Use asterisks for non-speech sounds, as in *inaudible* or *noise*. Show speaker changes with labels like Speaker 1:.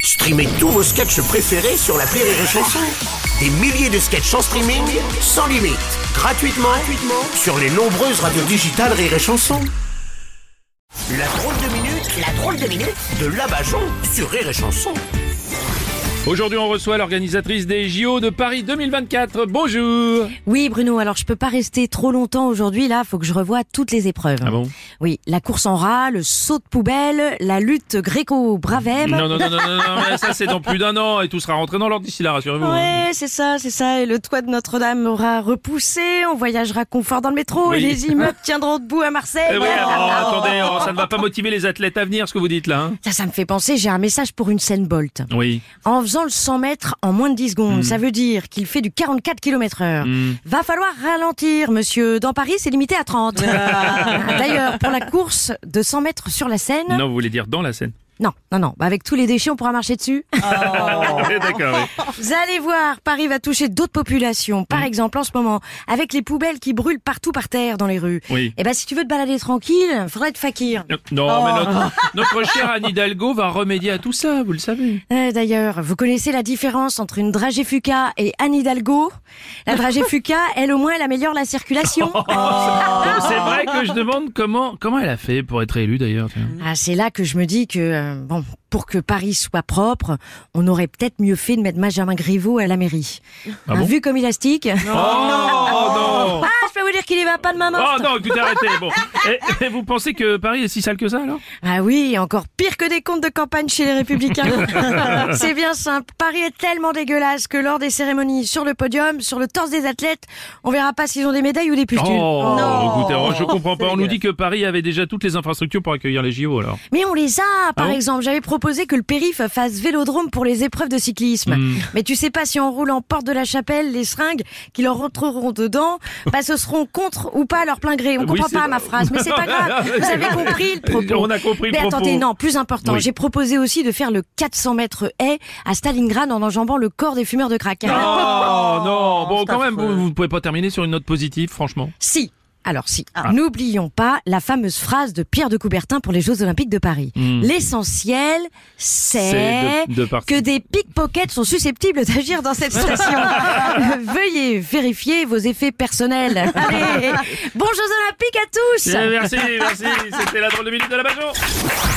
Speaker 1: Streamez tous vos sketchs préférés sur la Rire et Chanson. Des milliers de sketchs en streaming, sans limite, gratuitement, gratuitement sur les nombreuses radios digitales Rire et Chanson. La drôle de minute, la drôle de minute de Labajon sur Rire et Chanson.
Speaker 2: Aujourd'hui, on reçoit l'organisatrice des JO de Paris 2024. Bonjour.
Speaker 3: Oui, Bruno, alors je peux pas rester trop longtemps aujourd'hui, là, faut que je revoie toutes les épreuves.
Speaker 2: Ah bon
Speaker 3: Oui, la course en rat, le saut de poubelle, la lutte gréco-bravem.
Speaker 2: Non, non, non, non, non, non, mais ça c'est dans plus d'un an et tout sera rentré dans l'ordre d'ici là, rassurez-vous. hein.
Speaker 3: Ouais, c'est ça, c'est ça. Et le toit de Notre-Dame aura repoussé, on voyagera confort dans le métro
Speaker 2: Oui. *laughs*
Speaker 3: et les immeubles tiendront debout à Marseille.
Speaker 2: Eh oui, oh, attendez, oh, ça ne va pas motiver les athlètes à venir, ce que vous dites là. hein.
Speaker 3: Ça, ça me fait penser, j'ai un message pour une scène Bolt.
Speaker 2: oui.
Speaker 3: En faisant le 100 mètres en moins de 10 secondes, ça veut dire qu'il fait du 44 km heure. Va falloir ralentir, monsieur. Dans Paris, c'est limité à 30. *laughs* D'ailleurs, pour la course de 100 mètres sur la Seine,
Speaker 2: Non, vous voulez dire dans la scène.
Speaker 3: non, non, non. Bah, avec tous les déchets, on pourra marcher dessus.
Speaker 2: *laughs* Oui, Eh, D'accord, oui.
Speaker 3: Vous allez voir, Paris va toucher d'autres populations. Par exemple, en ce moment, avec les poubelles qui brûlent partout par terre dans les rues.
Speaker 2: Oui.
Speaker 3: Eh ben, si tu veux te balader tranquille, faudrait être fakir.
Speaker 2: Non, mais notre, notre chère Anne Hidalgo va remédier à tout ça, vous le savez.
Speaker 3: Euh, D'ailleurs, vous connaissez la différence entre une dragée fuca et Anne Hidalgo La dragée fuca, elle au moins, elle améliore la circulation.
Speaker 2: C'est vrai que je demande comment, comment elle a fait pour être élue d'ailleurs. tiens.
Speaker 3: Ah, c'est là que je me dis que, euh, bon, pour que Paris soit propre, on aurait peut-être mieux fait de mettre Benjamin Griveaux à la mairie.
Speaker 2: Ah
Speaker 3: Un
Speaker 2: bon
Speaker 3: vu comme élastique.
Speaker 2: Oh non
Speaker 3: Ah, je peux vous dire qu'il y va pas de maman.
Speaker 2: Oh non, écoutez, arrêtez. Bon. Et, et vous pensez que Paris est si sale que ça alors
Speaker 3: Ah oui, encore pire que des comptes de campagne chez
Speaker 2: *laughs*
Speaker 3: les Républicains. c'est bien simple. Paris est tellement dégueulasse que lors des cérémonies sur le podium, sur le torse des athlètes, on verra pas s'ils ont des médailles ou des pustules.
Speaker 2: Oh, écoutez, oh, je comprends pas. On nous dit que Paris avait déjà toutes les infrastructures pour accueillir les JO alors.
Speaker 3: Mais on les a, par
Speaker 2: Ah bon
Speaker 3: exemple. J'avais proposé que le périph fasse vélodrome pour les épreuves de cyclisme.
Speaker 2: Hmm.
Speaker 3: Mais tu sais pas si on roule en porte de la chapelle, les seringues qui leur rentreront dedans, bah, ce seront contre ou pas à leur plein gré. On
Speaker 2: Oui,
Speaker 3: comprend
Speaker 2: c'est Ah,
Speaker 3: pas
Speaker 2: pas-
Speaker 3: ma phrase, mais
Speaker 2: *laughs*
Speaker 3: c'est pas grave. Vous avez compris le propos.
Speaker 2: On a compris le
Speaker 3: mais
Speaker 2: propos.
Speaker 3: attendez, non, plus important.
Speaker 2: Oui.
Speaker 3: J'ai proposé aussi de faire le 400 mètres haie à Stalingrad en enjambant le corps des fumeurs de crack.
Speaker 2: Oh non, bon quand même, vous, vous pouvez pas terminer sur une note positive, franchement.
Speaker 3: Si. Alors si,
Speaker 2: Ah.
Speaker 3: n'oublions pas la fameuse phrase de Pierre de Coubertin pour les Jeux Olympiques de Paris. L'essentiel, c'est
Speaker 2: Hmm. C'est de- de partir.
Speaker 3: que des pickpockets sont susceptibles d'agir dans cette station. Veuillez vérifier vos effets personnels. Allez, bons Jeux Olympiques à tous
Speaker 2: Eh, Merci, merci, c'était la drôle de minute de la Bajon.